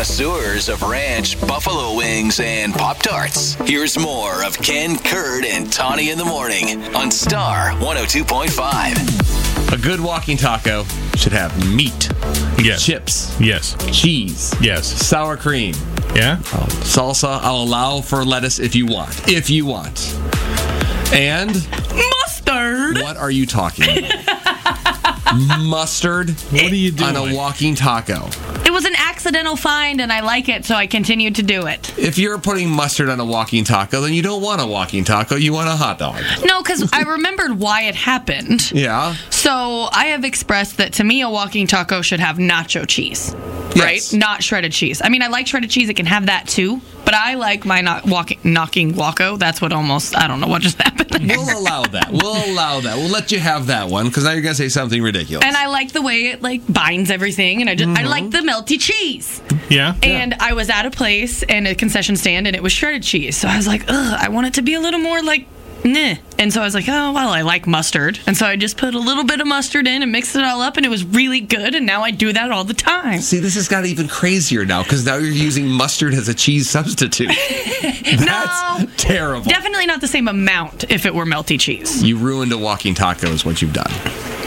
pursuers of ranch, buffalo wings, and Pop Tarts. Here's more of Ken, Kurt, and Tawny in the morning on Star 102.5. A good walking taco should have meat, Yes. chips, Yes. cheese, Yes. sour cream, Yeah. Oh. salsa. I'll allow for lettuce if you want. If you want. And Mustard. what are you talking about? Mustard What are you doing? on a walking taco. It was an accidental find, and I like it, so I continued to do it. If you're putting mustard on a walking taco, then you don't want a walking taco. You want a hot dog. No, because I remembered why it happened. Yeah. So I have expressed that to me, a walking taco should have nacho cheese, Yes. right? Not shredded cheese. I mean, I like shredded cheese; it can have that too. But I like my not walking, knocking waco. That's what almost. I don't know what just happened. there. We'll allow that. We'll allow that. We'll let you have that one because now you're gonna say something ridiculous. And I like the way it like binds everything, and I just I like Mm-hmm. the melty cheese. Yeah. And I was at a place and a concession stand, and it was shredded cheese. So I was like, ugh, I want it to be a little more like, nah. And so I was like, oh well, I like mustard, and so I just put a little bit of mustard in and mixed it all up, and it was really good. And now I do that all the time. See, this has got even crazier now because now you're using mustard as a cheese substitute. That's No. terrible. Definitely not the same amount if it were melty cheese. you ruined a walking taco is what you've done.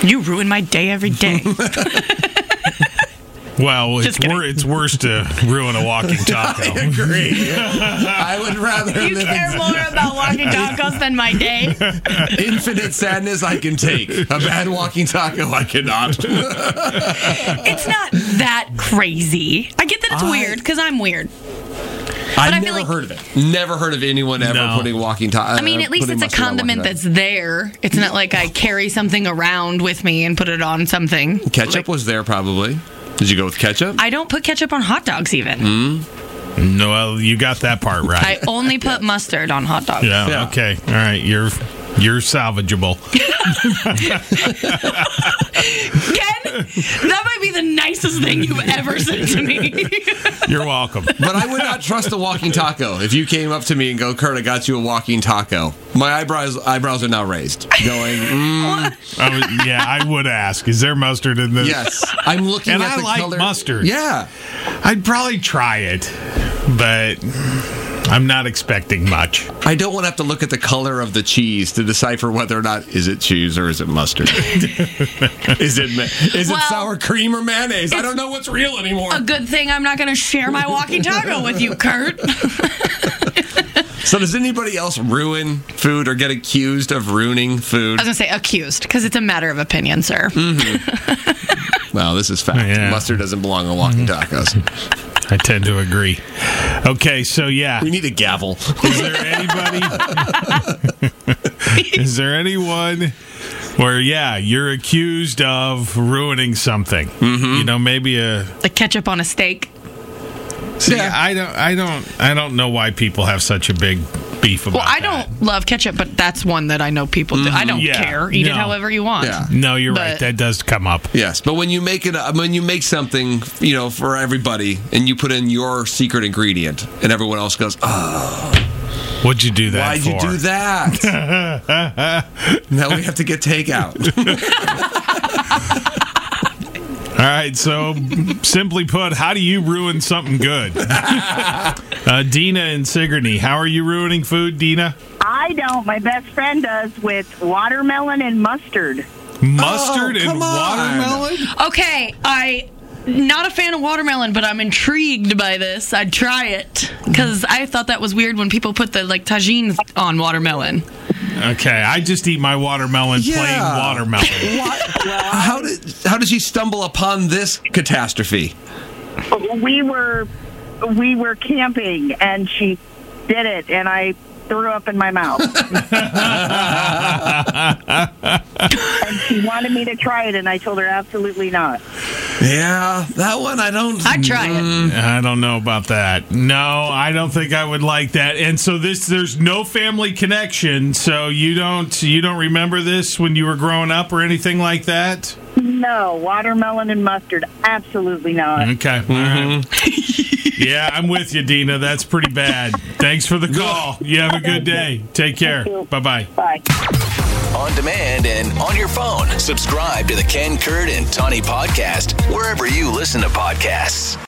You ruin my day every day. Well, it's, Just kidding. wor- it's worse to ruin a walking taco. Agree. I would rather you live care more about walking tacos than my day. in infinite sadness I can take. A bad walking taco I cannot. It's not that crazy. I get that it's I- weird because I'm weird. I've I feel never like- heard of it. Never heard of anyone ever No. putting walking uh, taco. I Uh, mean, at least it's a condiment that's there. It's not like I carry something around with me and put it on something. ketchup was there probably. Did you go with ketchup? I don't put ketchup on hot dogs even. Hmm. no, well, you got that part I right. only put mustard on hot dogs. yeah, Yeah. Okay. All right. You're you're salvageable. Ken, that might be the nicest thing you've ever said to me. You're welcome. But I would not trust a walking taco. If you came up to me and go, Kurt, I got you a walking taco. My eyebrows eyebrows are now raised, going, mm, I was, yeah, I would ask. Is there mustard in this? yes. I'm looking And at I the like color. mustard. Yeah, I'd probably try it, but I'm not expecting much. I don't want to have to look at the color of the cheese to decipher whether or not is it cheese or is it mustard. is it ma- is it Well, sour cream or mayonnaise? I don't know what's real anymore. A good thing I'm not going to share my walking taco with you, Kurt. so does anybody else ruin food or get accused of ruining food? I was gonna say accused because it's a matter of opinion, sir. Hmm. Well, this is fact. Yeah. Mm-hmm. Mustard doesn't belong on walking tacos. I tend to agree. Okay, so yeah. we need a gavel. Is there anybody? is there anyone where yeah you're accused of ruining something? Mm-hmm. You know, maybe a. Like ketchup on a steak. See, Yeah. I don't, I don't, I don't know why people have such a big beef about. Well, I that. don't love ketchup, but that's one that I know people do. I don't Hmm. Yeah, care. Eat no. it however you want. Yeah. No, you're But- right. That does come up. Yes, but when you make it, uh, when you make something, you know, for everybody, and you put in your secret ingredient, and everyone else goes, oh, What'd you do that "Why'd for? you do that?" now we have to get takeout. All right. So, simply put, how do you ruin something good? uh, Dina and Sigourney, how are you ruining food, Dina? I don't. My best friend does with watermelon and mustard. Mustard Oh, and come on. watermelon. Okay, I not a fan of watermelon, but I'm intrigued by this. I'd try it because I thought that was weird when people put the like tagine on watermelon. Okay, I just eat my watermelon Yeah. plain watermelon. how did how did she stumble upon this catastrophe? We were we were camping and she did it and I threw up in my mouth. and she wanted me to try it and I told her absolutely not. Yeah, that one I don't. I'd try it. I don't know about that. No, I don't think I would like that. And so this there's no family connection, so you don't you don't remember this when you were growing up or anything like that? No, watermelon and mustard, absolutely not. Okay. all right. yeah, I'm with you, Dina. That's pretty bad. Thanks for the call. You have a good day. Take care. Bye-bye. Bye. On demand and on your phone, subscribe to the Ken, Kurt, and Tawny podcast wherever you listen to podcasts.